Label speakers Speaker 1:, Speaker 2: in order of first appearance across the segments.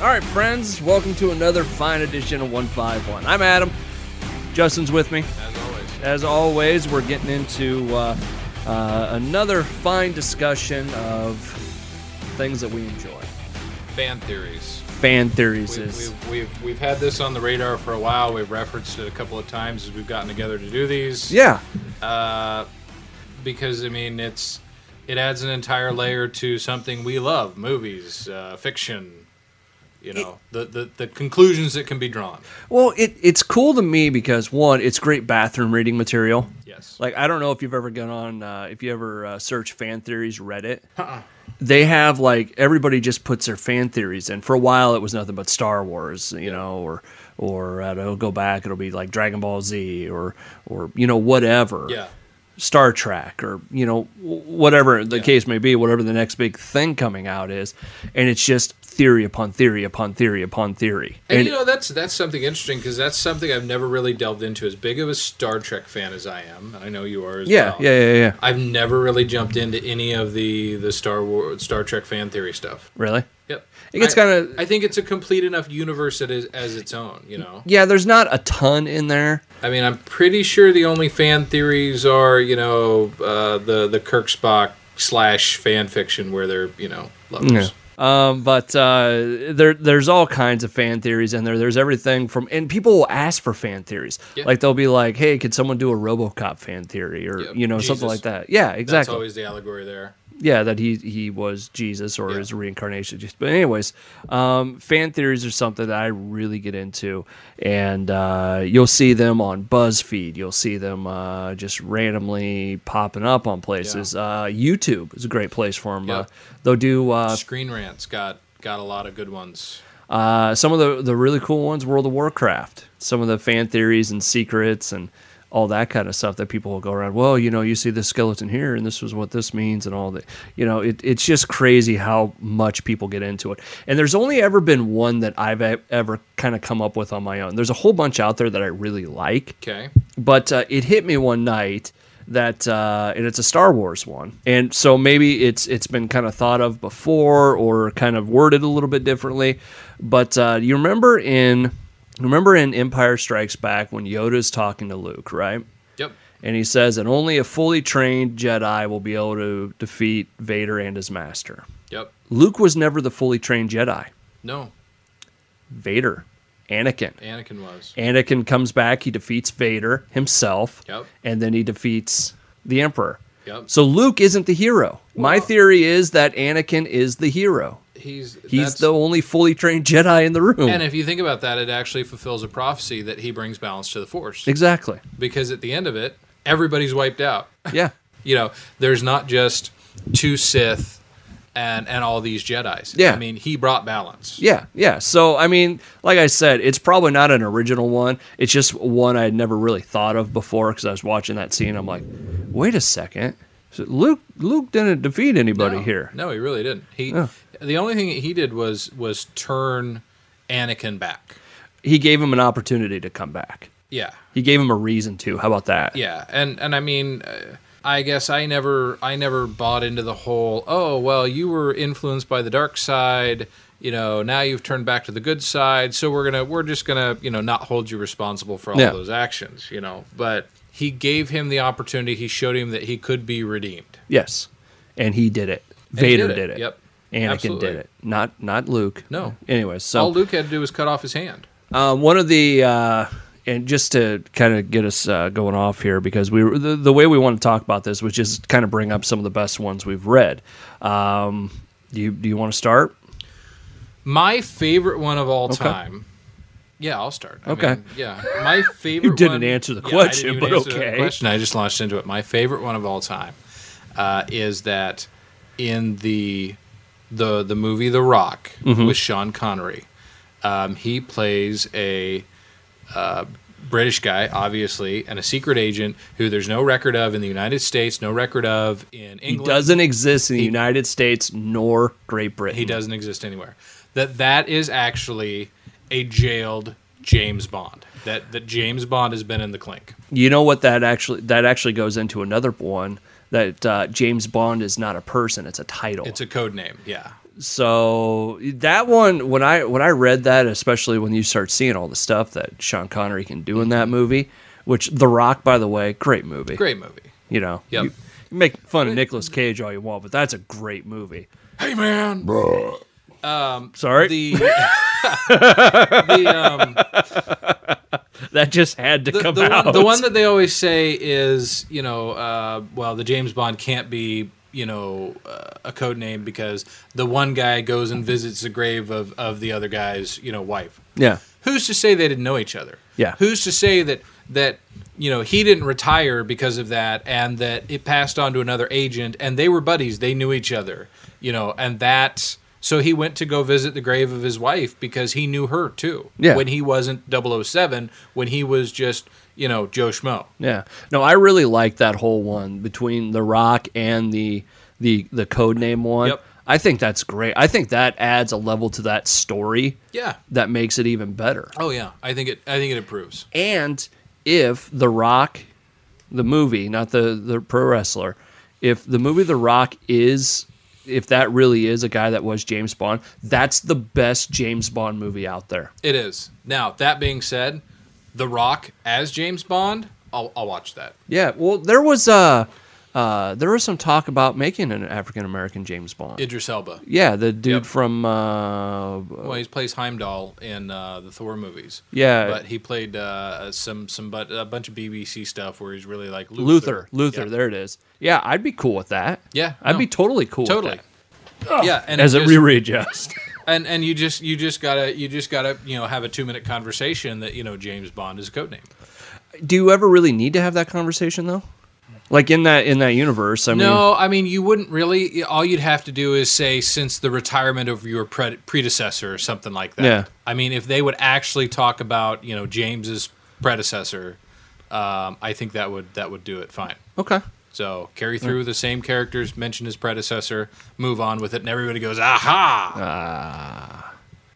Speaker 1: All right, friends, welcome to another fine edition of 151. I'm Adam. Justin's with me.
Speaker 2: As always.
Speaker 1: As always, we're getting into uh, uh, another fine discussion of things that we enjoy.
Speaker 2: Fan theories.
Speaker 1: Fan theories
Speaker 2: We've,
Speaker 1: is.
Speaker 2: we've, we've, we've had this on the radar for a while. We've referenced it a couple of times as we've gotten together to do these.
Speaker 1: Yeah.
Speaker 2: Uh, because I mean, it's it adds an entire layer to something we love: movies, uh, fiction. You know, the, the the conclusions that can be drawn.
Speaker 1: Well, it, it's cool to me because, one, it's great bathroom reading material.
Speaker 2: Yes.
Speaker 1: Like I don't know if you've ever gone on, uh, if you ever uh, search fan theories Reddit.
Speaker 2: Uh-uh.
Speaker 1: They have like everybody just puts their fan theories in. For a while, it was nothing but Star Wars, you know, or or uh, it'll go back. It'll be like Dragon Ball Z or or you know whatever.
Speaker 2: yeah.
Speaker 1: Star Trek or you know wh- whatever the case may be, whatever the next big thing coming out is, and it's just theory upon theory upon theory upon theory.
Speaker 2: And, you know that's that's something interesting because that's something I've never really delved into. As big of a Star Trek fan as I am, and I know you are as
Speaker 1: yeah,
Speaker 2: well.
Speaker 1: yeah, yeah, yeah.
Speaker 2: I've never really jumped into any of the the Star War Star Trek fan theory stuff.
Speaker 1: Really?
Speaker 2: Yep.
Speaker 1: It gets
Speaker 2: I-
Speaker 1: kinda-
Speaker 2: I think it's a complete enough universe that is as its own. You know.
Speaker 1: Yeah, there's not a ton in there.
Speaker 2: I mean, I'm pretty sure the only fan theories are you know uh, the the Kirk Spock slash fan fiction where they're you know lovers.
Speaker 1: Yeah. Um, but uh, there, there's all kinds of fan theories in there. There's everything from, and people will ask for fan theories.
Speaker 2: Yeah.
Speaker 1: Like they'll be like, "Hey, could someone do a RoboCop fan theory?" Or
Speaker 2: Yep.
Speaker 1: you know, something
Speaker 2: Jesus.
Speaker 1: like that. Yeah,
Speaker 2: That's
Speaker 1: exactly.
Speaker 2: always the allegory there.
Speaker 1: yeah, that he he was Jesus or
Speaker 2: Yeah.
Speaker 1: his reincarnation. Just- But anyways, um, fan theories are something that I really get into, and uh, you'll see them on BuzzFeed. You'll see them uh, just randomly popping up on places. Uh, YouTube is a great place for them.
Speaker 2: Yeah.
Speaker 1: Uh, they'll do uh,
Speaker 2: Screen rants got got a lot of good ones.
Speaker 1: uh, some of the, the really cool ones, World of Warcraft, some of the fan theories and secrets and all that kind of stuff that people will go around. Well, you know, you see this skeleton here, and this was what this means, and all that. You know, it, it's just crazy how much people get into it. And there's only ever been one that I've e- ever kind of come up with on my own. There's a whole bunch out there that I really like,
Speaker 2: Okay.
Speaker 1: but uh, it hit me one night that uh, and it's a Star Wars one, and so maybe it's it's been kind of thought of before or kind of worded a little bit differently. But uh, you remember in remember in Empire Strikes Back when Yoda's talking to Luke, right?
Speaker 2: Yep.
Speaker 1: And he says that only a fully trained Jedi will be able to defeat Vader and his master.
Speaker 2: Yep.
Speaker 1: Luke was never the fully trained Jedi.
Speaker 2: No.
Speaker 1: Vader, Anakin.
Speaker 2: Anakin was.
Speaker 1: Anakin comes back, he defeats Vader himself,
Speaker 2: Yep.
Speaker 1: and then he defeats the Emperor.
Speaker 2: Yep.
Speaker 1: So Luke isn't the hero. My theory is that Anakin is the hero.
Speaker 2: He's
Speaker 1: He's
Speaker 2: that's-
Speaker 1: the only fully trained Jedi in the room.
Speaker 2: And if you think about that, it actually fulfills a prophecy that he brings balance to the force.
Speaker 1: exactly.
Speaker 2: Because at the end of it, everybody's wiped out.
Speaker 1: Yeah.
Speaker 2: You know, there's not just two Sith and and all these Jedi's.
Speaker 1: Yeah.
Speaker 2: I mean, he brought balance.
Speaker 1: Yeah, yeah. So I mean, like I said, it's probably not an original one. It's just one I had never really thought of before because I was watching that scene. I'm like, wait a second, So Luke Luke didn't defeat anybody
Speaker 2: No.
Speaker 1: here.
Speaker 2: No, he really didn't. He
Speaker 1: Yeah.
Speaker 2: the only thing that he did was was turn Anakin back.
Speaker 1: He gave him an opportunity to come back.
Speaker 2: Yeah.
Speaker 1: He gave him a reason to. How about that?
Speaker 2: Yeah, and and I mean, uh, I guess I never I never bought into the whole. Oh well, you were influenced by the dark side. You know, now you've turned back to the good side. So we're gonna we're just gonna you know not hold you responsible for all
Speaker 1: Yeah.
Speaker 2: those actions. You know, but he gave him the opportunity. He showed him that he could be redeemed.
Speaker 1: Yes, and he did it.
Speaker 2: he
Speaker 1: Vader
Speaker 2: did
Speaker 1: did
Speaker 2: it.
Speaker 1: it.
Speaker 2: Yep.
Speaker 1: Anakin
Speaker 2: Absolutely.
Speaker 1: did it. Not not Luke.
Speaker 2: No.
Speaker 1: Anyway,
Speaker 2: All
Speaker 1: so
Speaker 2: Luke had to do was cut off his hand.
Speaker 1: uh, one of the uh, and just to kind of get us uh, going off here because we were- the, the way we want to talk about this, which is kind of bring up some of the best ones we've read. Um, do you do you want to start?
Speaker 2: My favorite one of all time. Yeah, I'll start. I
Speaker 1: Okay.
Speaker 2: mean, yeah, my favorite.
Speaker 1: didn't
Speaker 2: one-
Speaker 1: answer the
Speaker 2: Yeah, I
Speaker 1: question,
Speaker 2: didn't even
Speaker 1: but
Speaker 2: answer the
Speaker 1: okay.
Speaker 2: question. I just launched into it. My favorite one of all time uh, is that in the the the movie The Rock
Speaker 1: Mm-hmm.
Speaker 2: with Sean Connery, um, he plays a uh, British guy, obviously, and a secret agent who there's no record of in the United States, no record of in
Speaker 1: He
Speaker 2: England.
Speaker 1: doesn't exist in the United States nor Great Britain.
Speaker 2: he doesn't exist anywhere. That that is actually a jailed James Bond. That that James Bond has been in the clink.
Speaker 1: You know what that actually that actually goes into another one that uh, James Bond is not a person; it's a title.
Speaker 2: It's a code name. Yeah.
Speaker 1: So that one, when I when I read that, especially when you start seeing all the stuff that Sean Connery can do in that movie, which The Rock, by the way, great movie.
Speaker 2: Mm-hmm. Great movie.
Speaker 1: You know,
Speaker 2: Yep.
Speaker 1: you you make fun of Nicolas Cage all you want, but that's a great movie.
Speaker 2: Hey man,
Speaker 1: Sorry,
Speaker 2: the the um,
Speaker 1: that just had to
Speaker 2: the,
Speaker 1: come
Speaker 2: the
Speaker 1: out.
Speaker 2: One, the one that they always say is, you know, uh, well, the James Bond can't be, you know, uh, a code name because the one guy goes and visits the grave of, of the other guy's, you know, wife.
Speaker 1: yeah,
Speaker 2: Who's to say they didn't know each other?
Speaker 1: Yeah.
Speaker 2: Who's to say that that you know he didn't retire because of that, and that it passed on to another agent, and they were buddies. They knew each other, you know, and that. So he went to go visit the grave of his wife because he knew her too.
Speaker 1: Yeah.
Speaker 2: When he wasn't 007, when he was just, you know, Joe Schmo.
Speaker 1: yeah. No, I really like that whole one between The Rock and the the the code name one.
Speaker 2: Yep.
Speaker 1: I think that's great. I think that adds a level to that story
Speaker 2: Yeah.
Speaker 1: that makes it even better.
Speaker 2: Oh yeah. I think it I think it improves.
Speaker 1: And if The Rock, the movie, not the, the pro wrestler, if the movie The Rock is, if that really is a guy that was James Bond, that's the best James Bond movie out there.
Speaker 2: It is. Now, that being said, The Rock as James Bond, I'll, I'll watch that.
Speaker 1: Yeah. Well, there was uh, uh, there was some talk about making an African American James Bond.
Speaker 2: Idris Elba.
Speaker 1: yeah, the dude
Speaker 2: Yep.
Speaker 1: from uh,
Speaker 2: Well, he plays Heimdall in uh, the Thor movies.
Speaker 1: Yeah.
Speaker 2: but he played uh, some some but a bunch of BBC stuff where he's really like
Speaker 1: Luther.
Speaker 2: Luther.
Speaker 1: Luther.
Speaker 2: Yeah.
Speaker 1: There it is. Yeah, I'd be cool with that.
Speaker 2: Yeah,
Speaker 1: I'd
Speaker 2: no.
Speaker 1: be totally cool.
Speaker 2: totally.
Speaker 1: With
Speaker 2: Yeah, and
Speaker 1: that, as it
Speaker 2: just-
Speaker 1: re readjusts.
Speaker 2: and and you just you just gotta you just gotta you know have a two minute conversation that you know James Bond is a code name.
Speaker 1: do you ever really need to have that conversation though? Like in that in that universe, I mean,
Speaker 2: No, I mean you wouldn't really. All you'd have to do is say since the retirement of your pre- predecessor or something like that.
Speaker 1: Yeah.
Speaker 2: I mean, if they would actually talk about you know James's predecessor, um, I think that would that would do it fine.
Speaker 1: okay,
Speaker 2: So carry through the same characters, mention his predecessor, move on with it, and everybody goes, aha!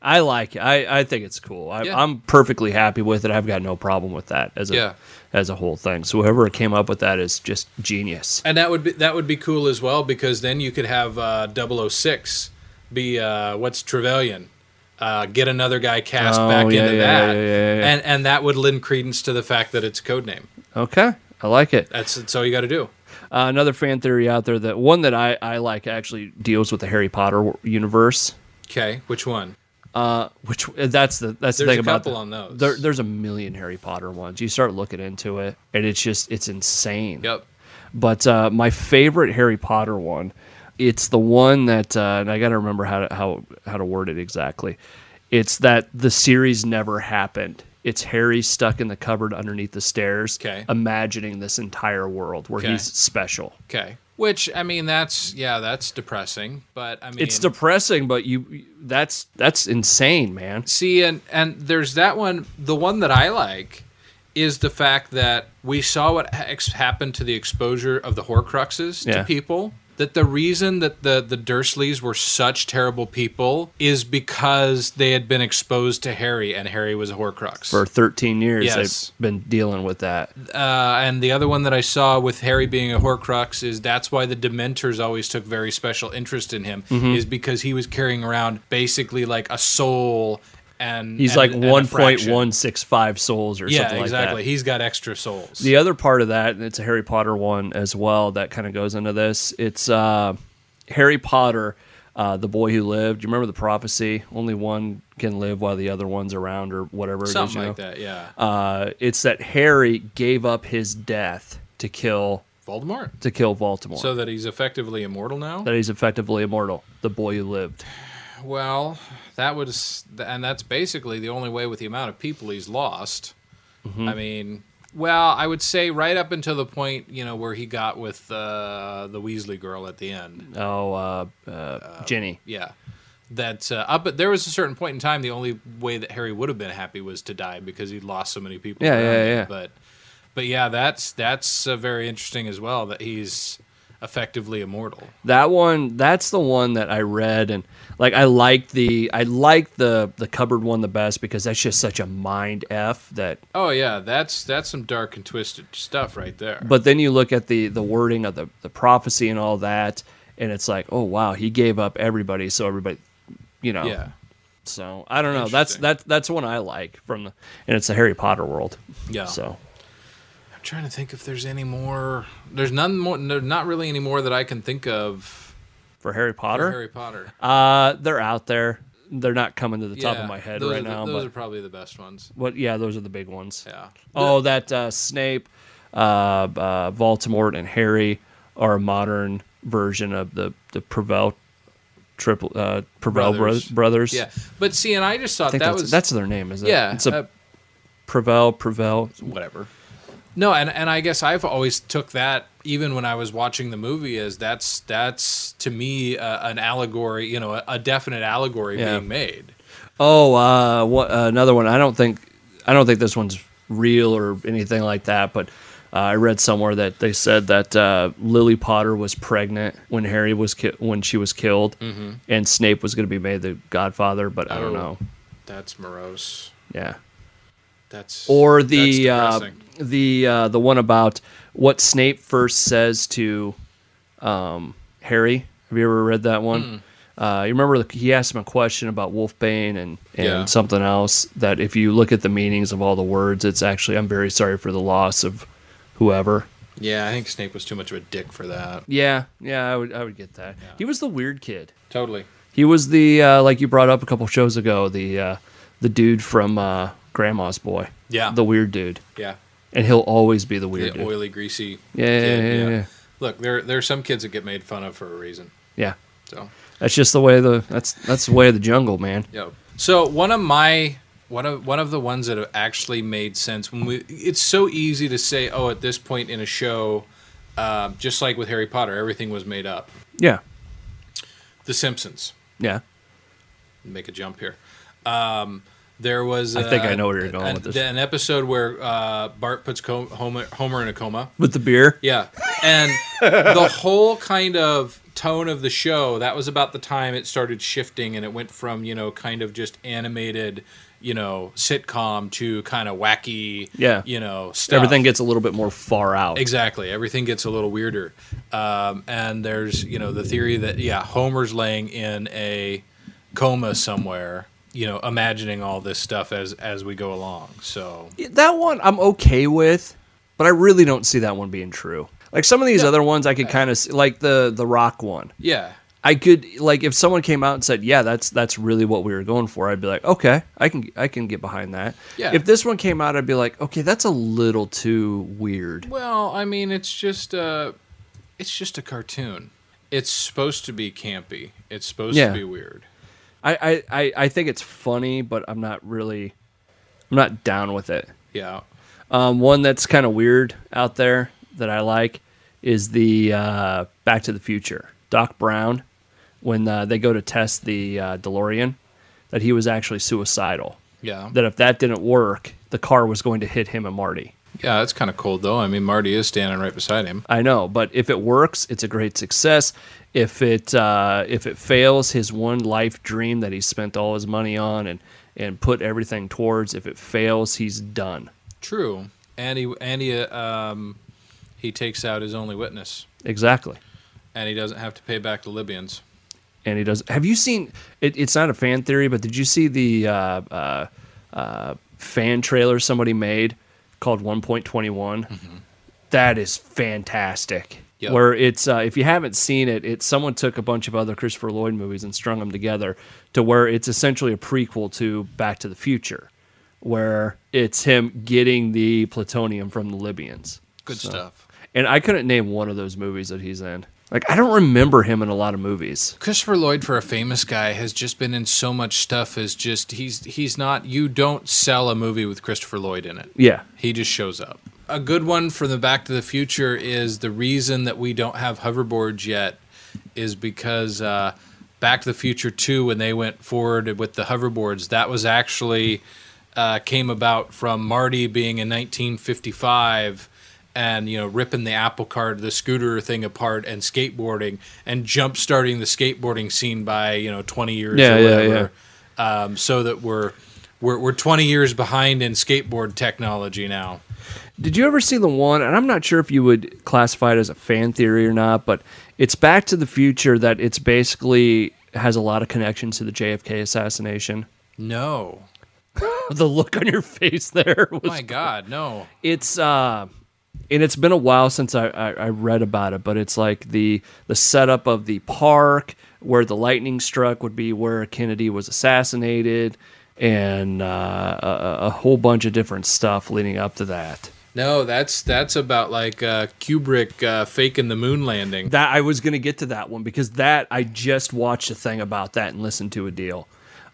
Speaker 1: I like it. I I think it's cool. I,
Speaker 2: Yeah.
Speaker 1: I'm perfectly happy with it. I've got no problem with that as a
Speaker 2: Yeah.
Speaker 1: as a whole thing. So whoever came up with that is just genius.
Speaker 2: And that would be that would be cool as well because then you could have uh, 006 be uh, what's Trevelyan. Uh, get another guy cast
Speaker 1: Oh,
Speaker 2: back
Speaker 1: yeah,
Speaker 2: into
Speaker 1: yeah,
Speaker 2: that,
Speaker 1: yeah, yeah, yeah.
Speaker 2: and and that would lend credence to the fact that it's a code name.
Speaker 1: Okay, I like it.
Speaker 2: That's that's all you got to do.
Speaker 1: Uh, another fan theory out there that one that I I like actually deals with the Harry Potter universe.
Speaker 2: Okay, which one?
Speaker 1: Uh, which that's the that's the thing
Speaker 2: There's a
Speaker 1: about
Speaker 2: couple
Speaker 1: the-
Speaker 2: on those.
Speaker 1: There, there's a million Harry Potter ones. You start looking into it, and it's just it's insane.
Speaker 2: Yep.
Speaker 1: But uh, my favorite Harry Potter one, it's the one that, uh, and I got to remember how to, how how to word it exactly. It's that the series never happened. It's Harry stuck in the cupboard underneath the stairs,
Speaker 2: Okay.
Speaker 1: imagining this entire world where
Speaker 2: Okay.
Speaker 1: he's special.
Speaker 2: Okay, which I mean, that's yeah, that's depressing. But I mean,
Speaker 1: It's depressing, but you that's that's insane, man.
Speaker 2: see and and there's that one the one that i like is the fact that we saw what ha- ex- happened to the exposure of the horcruxes
Speaker 1: Yeah.
Speaker 2: to people that the reason that the the dursleys were such terrible people is because they had been exposed to harry and harry was a horcrux
Speaker 1: For 13 years,
Speaker 2: Yes.
Speaker 1: I've been dealing with that.
Speaker 2: uh, and the other one that i saw with harry being a horcrux is that's why the dementors always took very special interest in him
Speaker 1: Mm-hmm.
Speaker 2: is because he was carrying around basically like a soul and
Speaker 1: He's
Speaker 2: and-
Speaker 1: like
Speaker 2: and a fraction.
Speaker 1: 1.165 souls or
Speaker 2: Yeah,
Speaker 1: something like
Speaker 2: exactly.
Speaker 1: that.
Speaker 2: He's got extra souls.
Speaker 1: The other part of that, and it's a Harry Potter one as well, that kind of goes into this. It's uh, Harry Potter, uh, the boy who lived. You remember the prophecy? Only one can live while the other one's around, or whatever. it is,
Speaker 2: Something
Speaker 1: you
Speaker 2: like
Speaker 1: know?
Speaker 2: that, yeah.
Speaker 1: Uh, it's that Harry gave up his death to kill
Speaker 2: Voldemort.
Speaker 1: to kill Voldemort.
Speaker 2: So that he's effectively immortal now?
Speaker 1: that he's effectively immortal. The boy who lived.
Speaker 2: Well, that was and that's basically the only way with the amount of people he's lost.
Speaker 1: Mm-hmm.
Speaker 2: I mean, well, I would say right up until the point, you know, where he got with uh, the Weasley girl at the end.
Speaker 1: Oh, uh, uh, Ginny.
Speaker 2: Yeah. That uh, up at there was a certain point in time the only way that Harry would have been happy was to die because he'd lost so many people.
Speaker 1: Yeah,
Speaker 2: around
Speaker 1: yeah,
Speaker 2: him.
Speaker 1: yeah.
Speaker 2: But but yeah, that's that's uh, very interesting as well that he's effectively immortal.
Speaker 1: That one, that's the one that I read, and like I liked the I liked the the cupboard one the best because that's just such a mind f that.
Speaker 2: Oh yeah, that's that's some dark and twisted stuff right there.
Speaker 1: But then you look at the the wording of the the prophecy and all that, and it's like, oh wow, he gave up everybody, so everybody, you know.
Speaker 2: Yeah.
Speaker 1: So I don't know. That's
Speaker 2: Interesting.
Speaker 1: that's that's one I like from the, and it's the Harry Potter world.
Speaker 2: Yeah.
Speaker 1: So
Speaker 2: I'm trying to think if there's any more. There's none more. There's not really any more that I can think of.
Speaker 1: for Harry
Speaker 2: for
Speaker 1: Potter,
Speaker 2: Harry Potter.
Speaker 1: uh, they're out there. They're not coming to the top
Speaker 2: Yeah,
Speaker 1: of my head
Speaker 2: those
Speaker 1: right
Speaker 2: are the-
Speaker 1: now,
Speaker 2: Those
Speaker 1: but
Speaker 2: are probably the best ones.
Speaker 1: what? Yeah, those are the big ones.
Speaker 2: Yeah.
Speaker 1: Oh, that uh, Snape, uh, uh, Voldemort, and Harry are a modern version of the the Prevel triple uh, Prevel brothers.
Speaker 2: Brothers.
Speaker 1: brothers.
Speaker 2: Yeah. But see, and I just
Speaker 1: I
Speaker 2: thought
Speaker 1: think
Speaker 2: that
Speaker 1: that's,
Speaker 2: was
Speaker 1: that's their name, is it?
Speaker 2: yeah.
Speaker 1: it's a
Speaker 2: uh,
Speaker 1: Prevel Prevel.
Speaker 2: whatever. No, and and I guess I've always took that even when I was watching the movie as that's that's to me uh, an allegory, you know, a, a definite allegory
Speaker 1: Yeah.
Speaker 2: being made.
Speaker 1: Oh, uh, what uh, another one? I don't think I don't think this one's real or anything like that. But uh, I read somewhere that they said that uh, Lily Potter was pregnant when Harry was ki- when she was killed, and Snape was going to be made the Godfather. But I don't
Speaker 2: Mm-hmm. Oh.
Speaker 1: know.
Speaker 2: That's morose.
Speaker 1: Yeah.
Speaker 2: That's
Speaker 1: or the
Speaker 2: that's
Speaker 1: uh,
Speaker 2: depressing.
Speaker 1: the uh, the one about what Snape first says to um, Harry. Have you ever read that one?
Speaker 2: Hmm.
Speaker 1: Uh, you remember the, he asked him a question about Wolfbane and and
Speaker 2: Yeah.
Speaker 1: something else that if you look at the meanings of all the words, it's actually I'm very sorry for the loss of whoever.
Speaker 2: yeah, I think Snape was too much of a dick for that.
Speaker 1: Yeah, yeah, I would I would get that. He was the weird kid.
Speaker 2: Totally.
Speaker 1: He was the uh, like you brought up a couple shows ago the uh, the dude from uh, Grandma's Boy.
Speaker 2: Yeah.
Speaker 1: the weird dude,
Speaker 2: Yeah.
Speaker 1: and he'll always be the weird
Speaker 2: the
Speaker 1: dude.
Speaker 2: oily, greasy.
Speaker 1: Yeah, yeah, yeah, yeah.
Speaker 2: Look, there there are some kids that get made fun of for a reason.
Speaker 1: Yeah,
Speaker 2: So
Speaker 1: that's just the way the that's that's the way of the jungle, man.
Speaker 2: yeah. So one of my one of one of the ones that have actually made sense when we it's so easy to say oh at this point in a show, uh, just like with Harry Potter everything was made up.
Speaker 1: Yeah,
Speaker 2: The Simpsons.
Speaker 1: yeah,
Speaker 2: Make a jump here. Um, there was
Speaker 1: I think I
Speaker 2: uh,
Speaker 1: know where you're going
Speaker 2: an,
Speaker 1: with this.
Speaker 2: An episode where uh, Bart puts co- Homer, Homer in a coma.
Speaker 1: with the beer.
Speaker 2: Yeah. And the whole kind of tone of the show, that was about the time it started shifting and it went from, you know, kind of just animated, you know, sitcom to kind of wacky,
Speaker 1: Yeah.
Speaker 2: you know, stuff.
Speaker 1: Everything gets a little bit more far out.
Speaker 2: Exactly. Everything gets a little weirder. Um, and there's, you know, the theory that, yeah, Homer's laying in a coma somewhere, you know, imagining all this stuff as as we go along. So,
Speaker 1: That one I'm okay with, but I really don't see that one being true. Like some of these other ones, I could kind of like the the rock one.
Speaker 2: yeah.
Speaker 1: I could like if someone came out and said, "Yeah, that's that's really what we were going for," I'd be like, "Okay, I can I can get behind that."
Speaker 2: Yeah.
Speaker 1: If this one came out, I'd be like, "Okay, that's a little too weird."
Speaker 2: Well, I mean, it's just a, it's just a cartoon. It's supposed to be campy. It's supposed
Speaker 1: Yeah.
Speaker 2: to be weird.
Speaker 1: I, I I I think it's funny, but I'm not really, I'm not down with it.
Speaker 2: Yeah.
Speaker 1: Um, one that's kind of weird out there that I like is the uh, Back to the Future. Doc Brown, when uh, they go to test the uh, DeLorean, that he was actually suicidal.
Speaker 2: Yeah.
Speaker 1: That if that didn't work, the car was going to hit him and Marty.
Speaker 2: yeah, it's kind of cold though. I mean, Marty is standing right beside him.
Speaker 1: I know, but if it works, it's a great success. If it uh, if it fails, his one life dream that he spent all his money on and and put everything towards, if it fails, he's done.
Speaker 2: True. And he and he uh, um, he takes out his only witness,
Speaker 1: Exactly.
Speaker 2: and he doesn't have to pay back the Libyans.
Speaker 1: and he does. Have you seen? It, it's not a fan theory, but did you see the uh, uh, uh, fan trailer somebody made called 1.21?
Speaker 2: Mm-hmm.
Speaker 1: That is fantastic.
Speaker 2: Yep.
Speaker 1: Where it's uh, if you haven't seen it, it's someone took a bunch of other Christopher Lloyd movies and strung them together to where it's essentially a prequel to Back to the Future, where it's him getting the plutonium from the Libyans.
Speaker 2: Good
Speaker 1: So-
Speaker 2: stuff.
Speaker 1: And I couldn't name one of those movies that he's in. Like I don't remember him in a lot of movies.
Speaker 2: Christopher Lloyd for a famous guy has just been in so much stuff as just he's he's not you don't sell a movie with Christopher Lloyd in it.
Speaker 1: Yeah,
Speaker 2: He just shows up. A good one from the Back to the Future is the reason that we don't have hoverboards yet is because uh, Back to the Future 2, when they went forward with the hoverboards, that was actually uh, came about from Marty being in 1955 and you know ripping the apple cart the scooter thing apart and skateboarding and jump starting the skateboarding scene by you know 20 years
Speaker 1: Yeah,
Speaker 2: or
Speaker 1: yeah,
Speaker 2: whatever
Speaker 1: yeah.
Speaker 2: um, so that we're we're we're 20 years behind in skateboard technology now.
Speaker 1: Did you ever see the one? And I'm not sure if you would classify it as a fan theory or not, but it's Back to the Future that it's basically has a lot of connections to the JFK assassination.
Speaker 2: No.
Speaker 1: the look on your face there was
Speaker 2: My God, no.
Speaker 1: it's uh and it's been a while since I, I, I read about it, but it's like the the setup of the park where the lightning struck would be where Kennedy was assassinated, and uh, a, a whole bunch of different stuff leading up to that.
Speaker 2: No, that's that's about like uh, Kubrick uh, faking the moon landing.
Speaker 1: That I was gonna get to that one because that I just watched a thing about that and listened to a deal.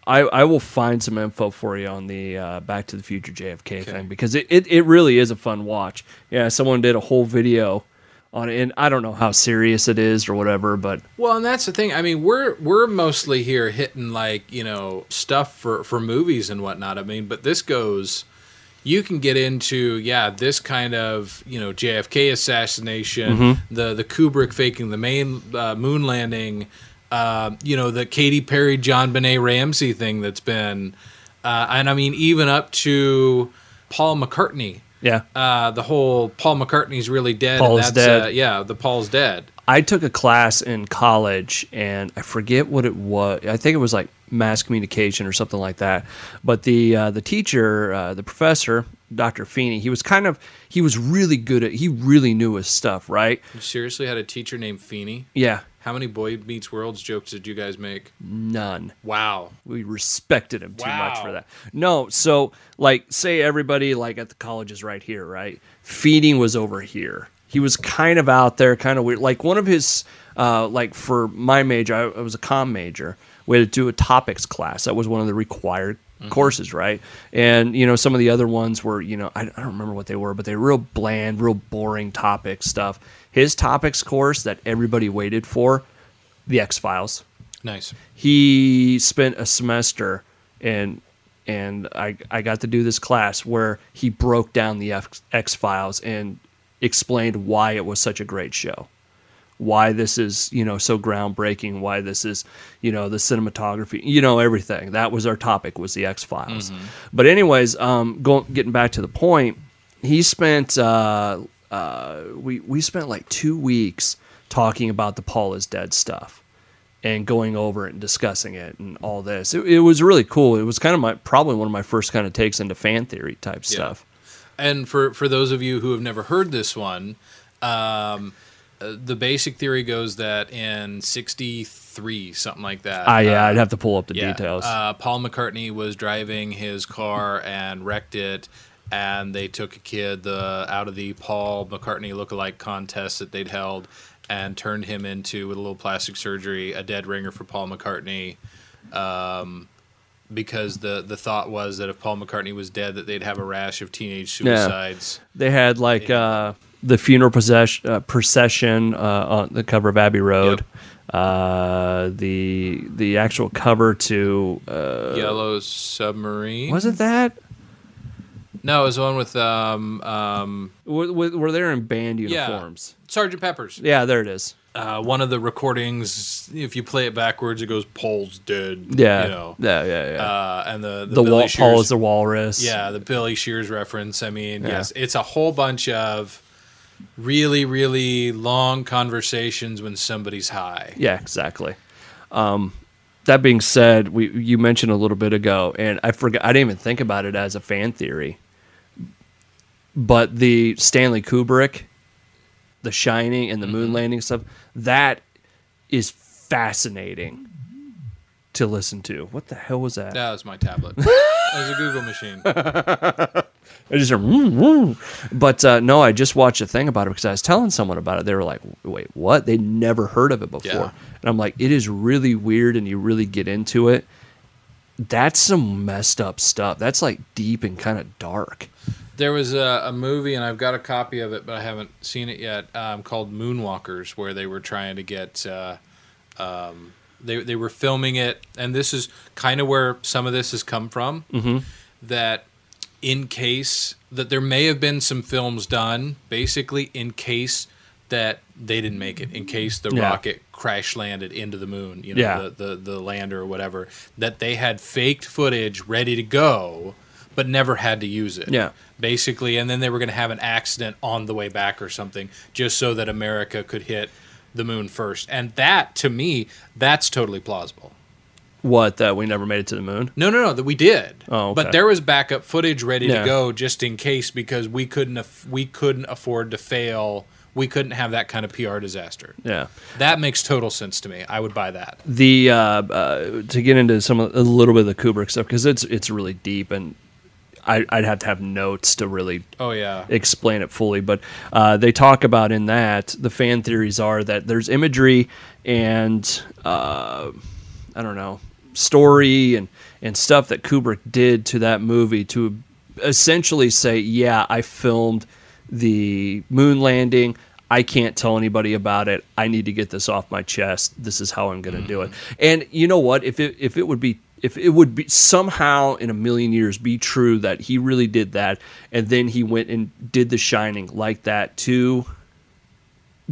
Speaker 1: I, I will find some info for you on the uh, Back to the Future JFK thing because it, it, it really is a fun watch. Yeah, someone did a whole video on it, and I don't know how serious it is or whatever, but
Speaker 2: Well, and that's the thing. I mean, we're we're mostly here hitting like you know stuff for for movies and whatnot. I mean, but this goes. You can get into yeah this kind of you know JFK assassination,
Speaker 1: Mm-hmm.
Speaker 2: the the Kubrick faking the main uh, moon landing, uh, you know the Katy Perry John Benet Ramsey thing that's been, uh, and I mean even up to Paul McCartney.
Speaker 1: yeah.
Speaker 2: Uh, the whole Paul McCartney's really dead.
Speaker 1: Paul's
Speaker 2: and that's,
Speaker 1: dead.
Speaker 2: Uh, yeah, the Paul's dead.
Speaker 1: I took a class in college and I forget what it was. I think it was like mass communication or something like that. But the uh, the teacher, uh, the professor, Dr. Feeney, he was kind of he was really good at he really knew his stuff, right?
Speaker 2: You seriously had a teacher named Feeney?
Speaker 1: Yeah,
Speaker 2: How many Boy Meets Worlds jokes did you guys make?
Speaker 1: none.
Speaker 2: Wow.
Speaker 1: we respected him too much for
Speaker 2: Wow.
Speaker 1: that. No, so like say everybody like at the college is right here, right? Feeding was over here. He was kind of out there, kind of weird. Like one of his, uh, like for my major, I, I was a com major. We had to do a topics class. That was one of the required courses, right? And you know, some of the other ones were, you know, I, I don't remember what they were, but they were real bland, real boring topic stuff. His topics course that everybody waited for, the X Files
Speaker 2: Nice.
Speaker 1: he spent a semester and and I, I got to do this class where he broke down the X, X Files and explained why it was such a great show, why this is you know so groundbreaking, why this is you know the cinematography, you know everything. That was our topic was the X Files.
Speaker 2: Mm-hmm.
Speaker 1: But anyways, um, going getting back to the point, he spent uh, uh, we we spent like two weeks talking about the Paul is dead stuff and going over it and discussing it and all this. It, it was really cool. It was kind of my probably one of my first kind of takes into fan theory type stuff.
Speaker 2: And for, for those of you who have never heard this one, um, uh, the basic theory goes that in 63, something like that.
Speaker 1: Ah, yeah,
Speaker 2: uh,
Speaker 1: I'd have to pull up the
Speaker 2: yeah,
Speaker 1: details.
Speaker 2: Uh, Paul McCartney was driving his car and wrecked it. And they took a kid the, out of the Paul McCartney look-alike contest that they'd held and turned him into, with a little plastic surgery, a dead ringer for Paul McCartney. Um, because the the thought was that if Paul McCartney was dead, that they'd have a rash of teenage suicides.
Speaker 1: they had like uh, the funeral procession, uh, procession uh, on the cover of Abbey Road. Uh, the the actual cover to uh,
Speaker 2: Yellow Submarine.
Speaker 1: was it that?
Speaker 2: No, it was the one with um, um,
Speaker 1: W- w- were they in band
Speaker 2: Yeah.
Speaker 1: uniforms?
Speaker 2: Sergeant Pepper's.
Speaker 1: Yeah, there it is.
Speaker 2: Uh, one of the recordings, if you play it backwards, it goes Paul's dead.
Speaker 1: Yeah,
Speaker 2: you know.
Speaker 1: yeah, yeah, yeah.
Speaker 2: Uh, and the the,
Speaker 1: the
Speaker 2: Billy
Speaker 1: wall, Paul
Speaker 2: Shears-
Speaker 1: is the walrus.
Speaker 2: Yeah, the Billy Shears reference. I mean,
Speaker 1: Yeah.
Speaker 2: yes, it's a whole bunch of really, really long conversations when somebody's high.
Speaker 1: Yeah, exactly. Um, that being said, we you mentioned a little bit ago, and I forgot. I didn't even think about it as a fan theory. But the Stanley Kubrick, The Shining, and the moon landing stuff that is fascinating to listen to. What the hell was that?
Speaker 2: That was my tablet. it was a Google machine.
Speaker 1: I just heard, "Woo, woo." but uh, no, I just watched a thing about it because I was telling someone about it. They were like, "Wait, what?" They'd never heard of it before,
Speaker 2: Yeah.
Speaker 1: and I'm like, "It is really weird, and you really get into it." That's some messed up stuff. That's like deep and kind of dark.
Speaker 2: There was a, a movie, and I've got a copy of it, but I haven't seen it yet. Um, called Moonwalkers, where they were trying to get. Uh, um, they they were filming it, and this is kind of where some of this has come from. Mm-hmm. That in case that there may have been some films done, basically in case that they didn't make it, in case the
Speaker 1: Yeah.
Speaker 2: rocket crash landed into the moon, you know,
Speaker 1: Yeah.
Speaker 2: the, the the lander or whatever, that they had faked footage ready to go. but never had to use it.
Speaker 1: Yeah.
Speaker 2: Basically, and then they were going to have an accident on the way back or something, just so that America could hit the moon first. And that, to me, that's totally plausible.
Speaker 1: What that we never made it to the moon?
Speaker 2: No, no, no, that we did.
Speaker 1: Oh, okay.
Speaker 2: but there was backup footage ready
Speaker 1: Yeah.
Speaker 2: to go just in case because we couldn't aff- we couldn't afford to fail. We couldn't have that kind of PR disaster.
Speaker 1: Yeah.
Speaker 2: That makes total sense to me. I would buy that.
Speaker 1: the uh, uh, to get into some of- a little bit of the Kubrick stuff because it's it's really deep and I, I'd have to have notes to really
Speaker 2: Oh yeah.
Speaker 1: explain it fully. But uh, they talk about in that the fan theories are that there's imagery and uh, I don't know story and and stuff that Kubrick did to that movie to essentially say, yeah, I filmed the moon landing. I can't tell anybody about it. I need to get this off my chest. This is how I'm going to do it. And you know what? If it if it would be if it would be somehow in a million years be true that he really did that and then he went and did the shining like that to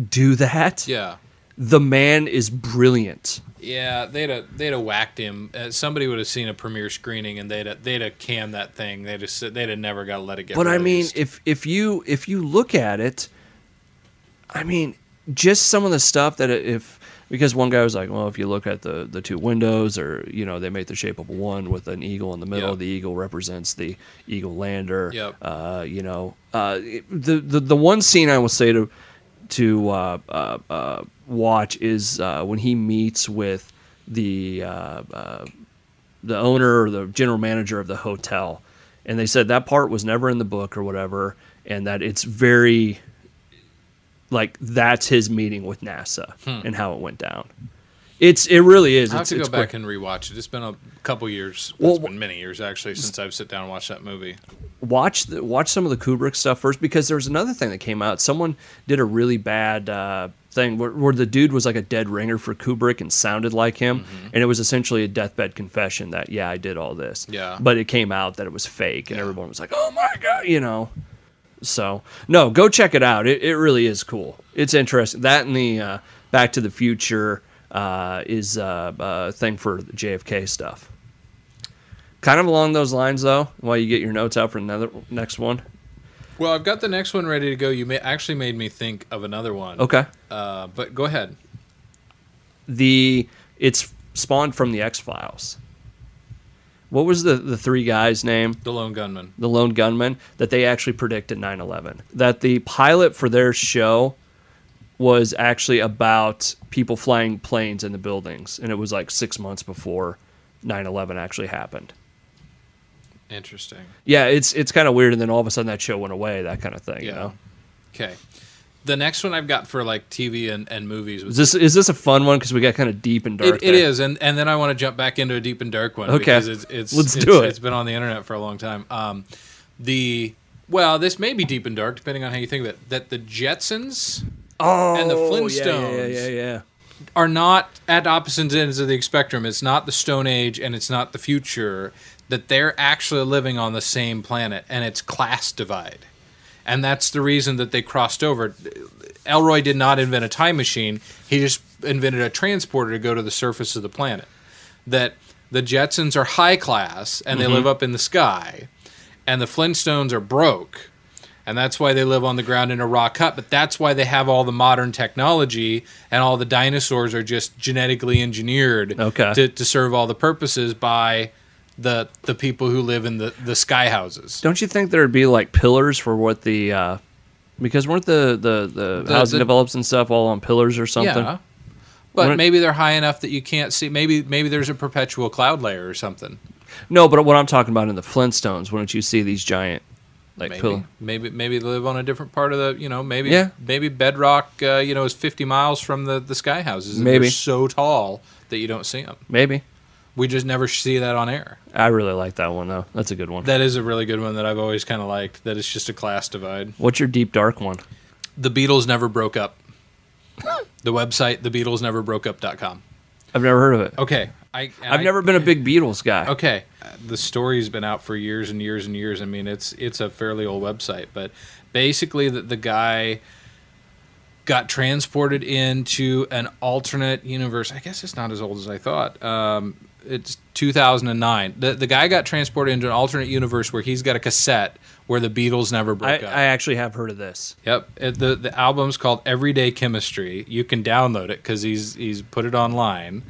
Speaker 1: do that
Speaker 2: Yeah.
Speaker 1: the man is brilliant
Speaker 2: Yeah, they'd have they'd have whacked him. Uh, somebody would have seen a premiere screening, and they'd have, they'd have canned that thing. They'd have said- they'd have never got to let it get.
Speaker 1: but i mean
Speaker 2: released.
Speaker 1: if if you if you look at it i mean just some of the stuff that if because one guy was like well if you look at the the two windows or you know they make the shape of one with an eagle in the middle
Speaker 2: Yep.
Speaker 1: the eagle represents the eagle lander
Speaker 2: Yep.
Speaker 1: uh you know uh it- the the, the one scene i will say to to uh, uh, uh, watch is uh, when he meets with the uh, uh, the owner or the general manager of the hotel and they said that part was never in the book or whatever and that it's very like that's his meeting with nasa and how it went down it's it really is
Speaker 2: Hmm. I have
Speaker 1: it's,
Speaker 2: to go
Speaker 1: it's
Speaker 2: back
Speaker 1: great.
Speaker 2: and rewatch it. It's been a couple years.
Speaker 1: Well,
Speaker 2: it's been many years actually since I've sat down and watched that movie.
Speaker 1: watch the, watch some of the Kubrick stuff first because there was another thing that came out. Someone did a really bad uh, thing where, where the dude was like a dead ringer for Kubrick and sounded like him, and it was essentially a deathbed confession that yeah I did all this.
Speaker 2: Yeah.
Speaker 1: but it came out that it was fake, and everyone was like, oh my god, you know. So no, go check it out. It, it really is cool. It's interesting. That and the uh, Back to the Future uh, is uh, a thing for the JFK stuff. Kind of along those lines, though. While you get your notes out for another next one.
Speaker 2: Well, I've got the next one ready to go. You ma- actually made me think of another one.
Speaker 1: Okay.
Speaker 2: Uh, but go ahead.
Speaker 1: The it's spawned from the X Files. What was the the three guys' name?
Speaker 2: The Lone Gunman.
Speaker 1: the lone gunman that they actually predicted 9-11 that the pilot for their show was actually about people flying planes in the buildings and it was like six months before 9-11 actually happened
Speaker 2: Interesting.
Speaker 1: yeah it's it's kind of weird and then all of a sudden that show went away that kind of thing you
Speaker 2: Yeah.
Speaker 1: know
Speaker 2: Okay. The next one I've got for like TV and, and movies
Speaker 1: is
Speaker 2: was
Speaker 1: this is this a fun one because we got kind of deep and dark
Speaker 2: It, it
Speaker 1: there.
Speaker 2: is, and, and then I want to jump back into a deep and dark one
Speaker 1: Okay.
Speaker 2: because it's it's
Speaker 1: Let's
Speaker 2: it's,
Speaker 1: do it.
Speaker 2: has been on the internet for a long time. Um, the well, this may be deep and dark depending on how you think of it. That the Jetsons
Speaker 1: oh
Speaker 2: and the
Speaker 1: yeah yeah yeah,
Speaker 2: Flintstones.
Speaker 1: yeah.
Speaker 2: are not at opposite ends of the spectrum. It's not the Stone Age and it's not the future. That they're actually living on the same planet, and it's class divide, and that's the reason that they crossed over. Elroy did not invent a time machine; he just invented a transporter to go to the surface of the planet. That the Jetsons are high class and they live up in the sky, and the Flintstones are broke and that's why they live on the ground in a rock hut. But that's why they have all the modern technology, and all the dinosaurs are just genetically engineered
Speaker 1: Okay.
Speaker 2: to, to serve all the purposes by the the people who live in the the sky houses.
Speaker 1: don't you think there'd be like pillars for what the uh because weren't the the the,
Speaker 2: The-
Speaker 1: housing
Speaker 2: the-
Speaker 1: develops and stuff all on pillars or something
Speaker 2: Yeah. But
Speaker 1: When-
Speaker 2: maybe they're high enough that you can't see. Maybe maybe there's a perpetual cloud layer or something.
Speaker 1: No, but what I'm talking about in the Flintstones, wouldn't you see these giant, like
Speaker 2: Maybe
Speaker 1: pillar?
Speaker 2: maybe maybe they live on a different part of the. You know maybe
Speaker 1: Yeah.
Speaker 2: maybe bedrock. Uh, you know is 50 miles from the the sky houses. and
Speaker 1: Maybe.
Speaker 2: they're so tall that you don't see them.
Speaker 1: Maybe.
Speaker 2: We just never see that on air.
Speaker 1: I really like that one though. That's a good one.
Speaker 2: That is a really good one that I've always kind of liked. That it's just a class divide.
Speaker 1: What's your deep dark one?
Speaker 2: The Beatles never broke up. the website, thebeatlesneverbroakeup.com.
Speaker 1: I've never heard of it.
Speaker 2: Okay, I and
Speaker 1: I've
Speaker 2: I-
Speaker 1: never been a big Beatles guy.
Speaker 2: Okay, Uh, the story's been out for years and years and years. I mean, it's it's a fairly old website, but basically, the, the guy got transported into an alternate universe. I guess it's not as old as I thought. Um, it's 2009. The, the guy got transported into an alternate universe where he's got a cassette where the Beatles never
Speaker 1: I,
Speaker 2: broke up.
Speaker 1: I actually have heard of this.
Speaker 2: Yep. It- The the album's called Everyday Chemistry. You can download it because he's he's put it online.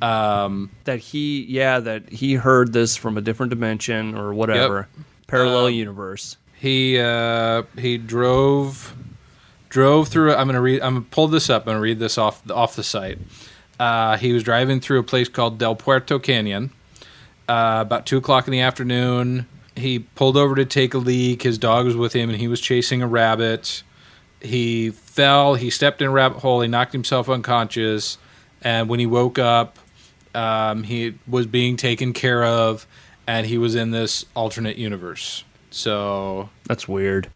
Speaker 1: That he, yeah, that he heard this from a different dimension or whatever, parallel
Speaker 2: Um,
Speaker 1: universe.
Speaker 2: He uh, he drove drove through. I'm gonna read. I'm gonna pull this up. I'm gonna read this off off the site. Uh, he was driving through a place called Del Puerto Canyon. Uh, about two o'clock in the afternoon, he pulled over to take a leak. His dog was with him, and he was chasing a rabbit. He fell. He stepped in a rabbit hole. He knocked himself unconscious. And when he woke up, um, he was being taken care of, and he was in this alternate universe. So
Speaker 1: That's weird.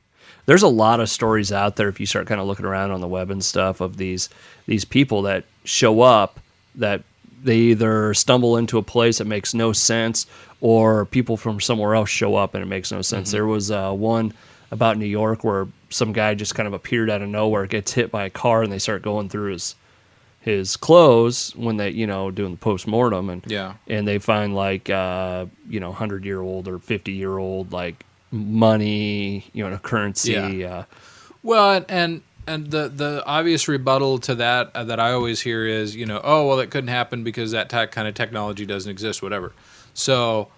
Speaker 1: There's a lot of stories out there if you start kind of looking around on the web and stuff of these these people that show up that they either stumble into a place that makes no sense or people from somewhere else show up and it makes no sense. There was uh, one about New York where some guy just kind of appeared out of nowhere, gets hit by a car, and they start going through his his clothes when they you know doing the post mortem and
Speaker 2: Yeah.
Speaker 1: and they find like uh you know 100 year old or 50 year old like money you know currency
Speaker 2: Yeah.
Speaker 1: uh
Speaker 2: Well, and and the the obvious rebuttal to that uh, that I always hear is, you know, oh well, that couldn't happen because that tech kind of technology doesn't exist, whatever. So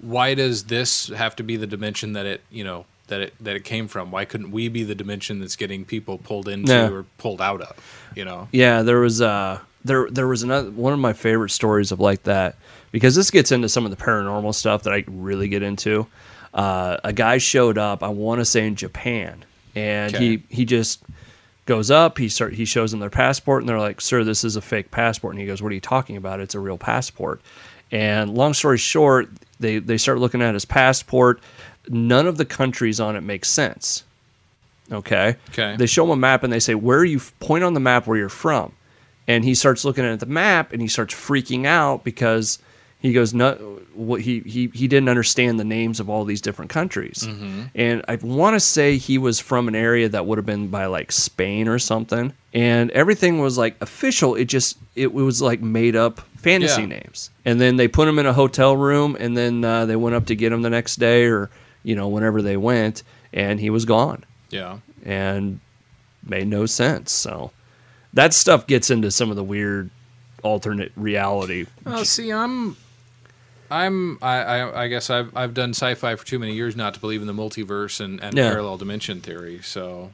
Speaker 2: why does this have to be the dimension that it, you know, that it that it came from? Why couldn't we be the dimension that's getting people pulled into
Speaker 1: Yeah.
Speaker 2: or pulled out of? You know,
Speaker 1: yeah there was uh there there was another one of my favorite stories of like that because this gets into some of the paranormal stuff that I really get into uh a guy showed up I want to say in Japan and
Speaker 2: Okay.
Speaker 1: he he just goes up he start he shows them their passport and they're like sir this is a fake passport and he goes what are you talking about it's a real passport and long story short they they start looking at his passport none of the countries on it make sense okay
Speaker 2: Okay.
Speaker 1: they show him a map and they say where are you point on the map where you're from and he starts looking at the map and he starts freaking out because he goes no what he he he didn't understand the names of all these different countries
Speaker 2: Mm-hmm.
Speaker 1: and i want to say he was from an area that would have been by like spain or something and everything was like official it just it was like made up fantasy
Speaker 2: Yeah.
Speaker 1: names and then they put him in a hotel room and then uh, they went up to get him the next day or you know whenever they went and he was gone
Speaker 2: yeah,
Speaker 1: and made no sense. So that stuff gets into some of the weird alternate reality.
Speaker 2: Well, see, I'm, I'm, I, I, I guess I've I've done sci-fi for too many years not to believe in the multiverse and, and
Speaker 1: Yeah.
Speaker 2: parallel dimension theory. So,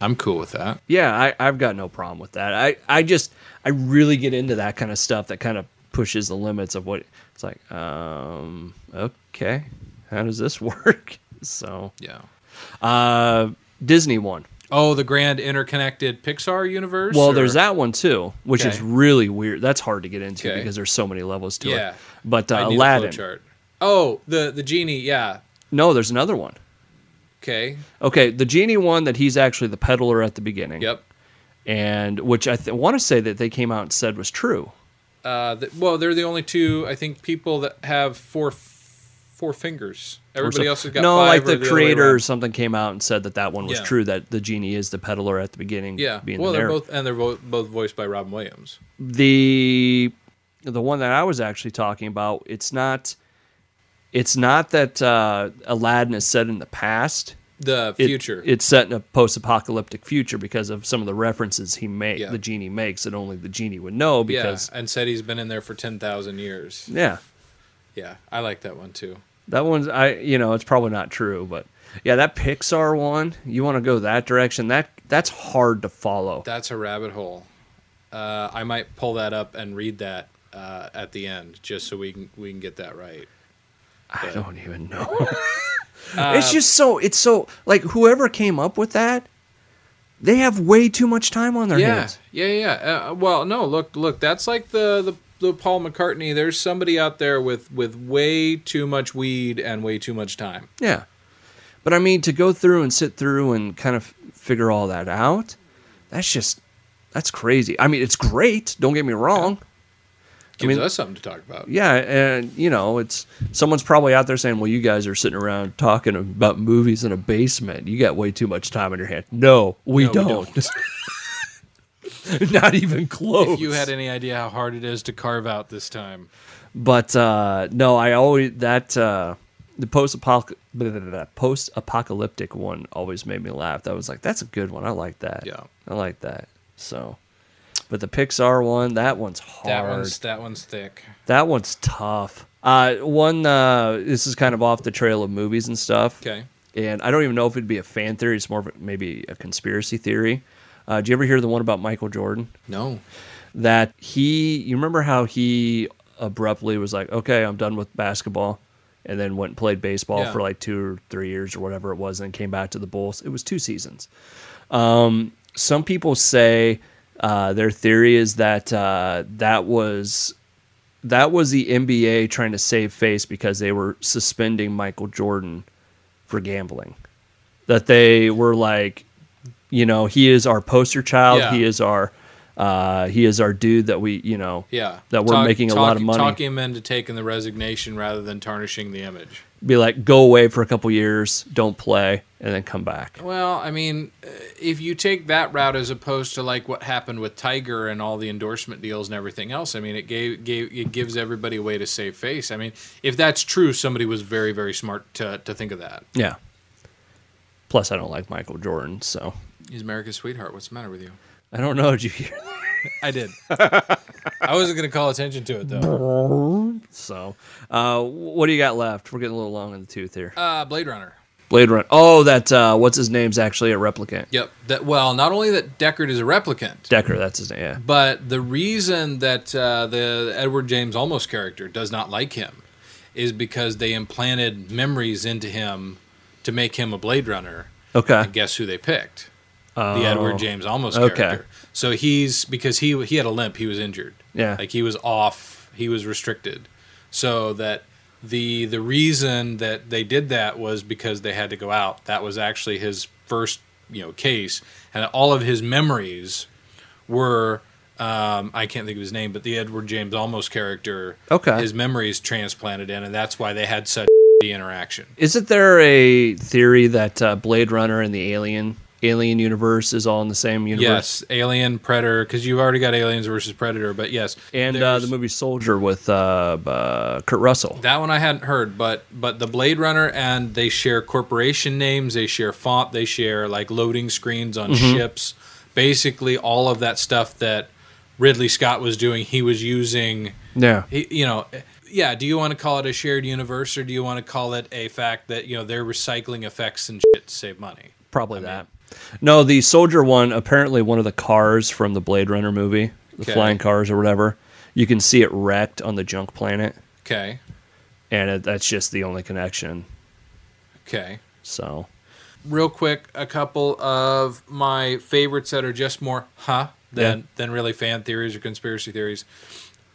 Speaker 2: I'm cool with that.
Speaker 1: Yeah, I, I've got no problem with that. I, I just I really get into that kind of stuff that kind of pushes the limits of what it's like, um, okay. How does this work? So
Speaker 2: Yeah.
Speaker 1: uh Disney one.
Speaker 2: Oh, the grand interconnected Pixar universe.
Speaker 1: Well,
Speaker 2: or-
Speaker 1: there's that one too, which is
Speaker 2: Okay.
Speaker 1: really weird. That's hard to get into
Speaker 2: Okay.
Speaker 1: because there's so many levels to
Speaker 2: Yeah.
Speaker 1: it. But
Speaker 2: I
Speaker 1: uh,
Speaker 2: need a
Speaker 1: Aladdin.
Speaker 2: flowchart. Oh, the the genie. Yeah.
Speaker 1: No, there's another one.
Speaker 2: Okay.
Speaker 1: Okay, the genie one that he's actually the peddler at the beginning.
Speaker 2: Yep.
Speaker 1: And which I th- want to say that they came out and said was true.
Speaker 2: Uh, th well, they're the only two I think people that have four f- four fingers. Everybody else has got
Speaker 1: no,
Speaker 2: five
Speaker 1: like
Speaker 2: or
Speaker 1: the,
Speaker 2: other way
Speaker 1: creator or
Speaker 2: around.
Speaker 1: something came out and said that that one was
Speaker 2: Yeah.
Speaker 1: true. That the genie is the peddler at the beginning.
Speaker 2: Yeah.
Speaker 1: Being
Speaker 2: Well,
Speaker 1: the
Speaker 2: they're
Speaker 1: narr-
Speaker 2: both and they're both both voiced by Robin Williams.
Speaker 1: the the one that I was actually talking about. It's not. It's not that uh, Aladdin is set in the past.
Speaker 2: The
Speaker 1: It-
Speaker 2: future.
Speaker 1: it's set in a post-apocalyptic future because of some of the references he made.
Speaker 2: Yeah.
Speaker 1: The genie makes that only the genie would know
Speaker 2: yeah,
Speaker 1: because
Speaker 2: and said he's been in there for ten thousand years.
Speaker 1: yeah.
Speaker 2: Yeah, I like that one too.
Speaker 1: That one's I you know, it's probably not true, but yeah, that Pixar one, you want to go that direction. That that's hard to follow.
Speaker 2: That's a rabbit hole. Uh, I might pull that up and read that uh, at the end, just so we can we can get that right.
Speaker 1: I don't even know. it's just so it's so like whoever came up with that, they have way too much time on their
Speaker 2: Yeah,
Speaker 1: hands.
Speaker 2: yeah, yeah. Uh, well, no, look, look. That's like the, the the Paul McCartney. There's somebody out there with with way too much weed and way too much time.
Speaker 1: Yeah. But I mean to go through and sit through and kind of figure all that out, that's just that's crazy. I mean, it's great, don't get me wrong.
Speaker 2: Gives
Speaker 1: mean-
Speaker 2: us something to talk about.
Speaker 1: yeah, and you know, it's someone's probably out there saying, "Well, you guys are sitting around talking about movies in a basement. You got way too much time on your hand." No, we
Speaker 2: No, we
Speaker 1: don't. Not even close.
Speaker 2: If you had any idea how hard it is to carve out this time.
Speaker 1: But uh, no, I always that uh, the post post apocalyptic one always made me laugh. That was like that's a good one. I like that.
Speaker 2: Yeah.
Speaker 1: I like that. So, but the Pixar one, that one's hard.
Speaker 2: That one's that one's thick.
Speaker 1: That one's tough. Uh, one. Uh, this is kind of off the trail of movies and stuff.
Speaker 2: Okay.
Speaker 1: And I don't even know if it'd be a fan theory. It's more of a, maybe a conspiracy theory. Uh, do you ever hear the one about Michael Jordan?
Speaker 2: No.
Speaker 1: That he, you remember how he abruptly was like, "Okay, I'm done with basketball," and then went and played baseball
Speaker 2: Yeah.
Speaker 1: for like two or three years or whatever it was, and came back to the Bulls. It was two seasons. Um, some people say uh, their theory is that uh, that was that was the NBA trying to save face because they were suspending Michael Jordan for gambling. That they were like, you know, he is our poster child.
Speaker 2: Yeah.
Speaker 1: He is our uh, he is our dude that we, you know,
Speaker 2: Yeah.
Speaker 1: That we're making a lot of money.
Speaker 2: Talk him into taking the resignation rather than tarnishing the image.
Speaker 1: be like, go away for a couple years, don't play, and then come back.
Speaker 2: Well, I mean, uh, if you take that route as opposed to like what happened with Tiger and all the endorsement deals and everything else, I mean, it gave, gave it gives everybody a way to save face. I mean, if that's true, somebody was very very smart to to think of that.
Speaker 1: Yeah. Plus, I don't like Michael Jordan, so
Speaker 2: He's America's sweetheart. What's the matter with you?
Speaker 1: I don't know. Did you hear that?
Speaker 2: I did. I wasn't going to call attention to it though.
Speaker 1: So, uh, what do you got left? We're getting a little long in the tooth here.
Speaker 2: Uh, Blade Runner.
Speaker 1: Blade Runner. Oh, that uh, what's his name's actually a replicant.
Speaker 2: Yep. That well, not only that Deckard is a replicant,
Speaker 1: Decker, that's his name. Yeah.
Speaker 2: But the reason that uh, the Edward James Olmos character does not like him is because they implanted memories into him to make him a Blade Runner.
Speaker 1: Okay.
Speaker 2: And guess who they picked? The Edward James Olmos
Speaker 1: Okay.
Speaker 2: character. So he's because he he had a limp, he was injured.
Speaker 1: Yeah.
Speaker 2: Like he was off, he was restricted. So that the the reason that they did that was because they had to go out. That was actually his first, you know, case and all of his memories were um, I can't think of his name, but the Edward James Almost character.
Speaker 1: Okay.
Speaker 2: His memories transplanted in, and that's why they had such interaction.
Speaker 1: Isn't there a theory that uh, Blade Runner and the Alien Alien universe is all in the same universe?
Speaker 2: Yes, Alien Predator, because you've already got Aliens versus Predator, but yes,
Speaker 1: And uh,
Speaker 2: there's-
Speaker 1: the movie Soldier with uh, uh, Kurt Russell.
Speaker 2: that one I hadn't heard, but but the Blade Runner and they share corporation names, they share font, they share like loading screens on ships, basically all of that stuff that Ridley Scott was doing. He was using.
Speaker 1: yeah.
Speaker 2: he- you know yeah do you want to call it a shared universe or do you want to call it a fact that you know they're recycling effects and shit to save money
Speaker 1: Probably that. No, the soldier one, apparently one of the cars from the Blade Runner movie, the
Speaker 2: Okay.
Speaker 1: flying cars or whatever, you can see it wrecked on the junk planet.
Speaker 2: okay
Speaker 1: And it, that's just the only connection.
Speaker 2: okay
Speaker 1: So,
Speaker 2: real quick a couple of my favorites that are just more huh than
Speaker 1: Yeah.
Speaker 2: than really fan theories or conspiracy theories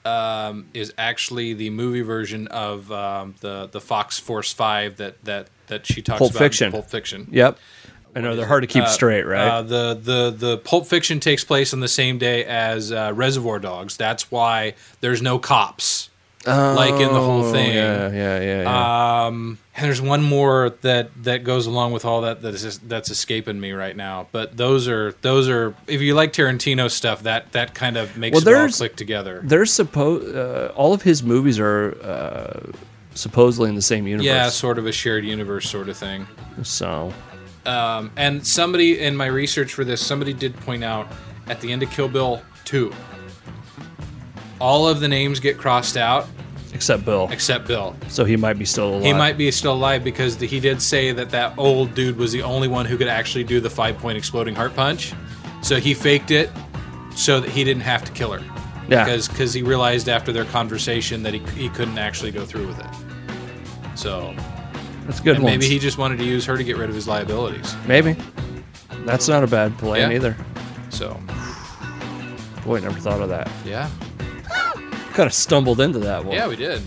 Speaker 2: um, is actually the movie version of um, the the Fox Force Five that that that she talks
Speaker 1: Pulp
Speaker 2: about in
Speaker 1: Fiction.
Speaker 2: Pulp Fiction
Speaker 1: yep. I know they're hard to keep
Speaker 2: Uh,
Speaker 1: straight, right?
Speaker 2: Uh, the the the Pulp Fiction takes place on the same day as uh, Reservoir Dogs. That's why there's no cops, like in the whole
Speaker 1: Oh,
Speaker 2: thing.
Speaker 1: Yeah, yeah, yeah. yeah.
Speaker 2: Um, and there's one more that that goes along with all that that is that's escaping me right now. But those are those are if you like Tarantino stuff, that that kind of makes
Speaker 1: Well,
Speaker 2: it all
Speaker 1: there's-
Speaker 2: click together.
Speaker 1: they're supposed, uh, all of his movies are uh, supposedly in the same universe.
Speaker 2: yeah, sort of a shared universe sort of thing.
Speaker 1: So,
Speaker 2: Um, and somebody in my research for this, somebody did point out at the end of Kill Bill 2, all of the names get crossed out
Speaker 1: except Bill.
Speaker 2: except Bill.
Speaker 1: So he might be still alive.
Speaker 2: He might be still alive because the, he did say that that old dude was the only one who could actually do the five point exploding heart punch. So he faked it so that he didn't have to kill her.
Speaker 1: Yeah.
Speaker 2: Because cause he realized after their conversation that he, he couldn't actually go through with it. So,
Speaker 1: that's good
Speaker 2: and
Speaker 1: ones.
Speaker 2: maybe he just wanted to use her to get rid of his liabilities.
Speaker 1: maybe. That's not a bad plan
Speaker 2: Yeah.
Speaker 1: either.
Speaker 2: So,
Speaker 1: Boy, never thought of that.
Speaker 2: yeah.
Speaker 1: kind of stumbled into that one.
Speaker 2: Yeah, we did.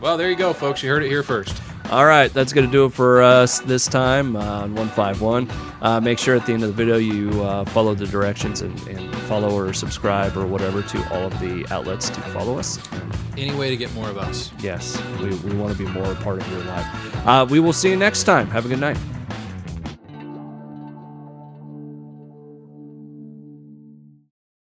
Speaker 2: Well, there you go, folks. You heard it here first.
Speaker 1: All right, that's going to do it for us this time uh, on 151. Uh, make sure at the end of the video you uh, follow the directions and, and follow or subscribe or whatever to all of the outlets to follow us.
Speaker 2: Any way to get more of us.
Speaker 1: Yes, we, we want to be more a part of your life. Uh, we will see you next time. Have a good night.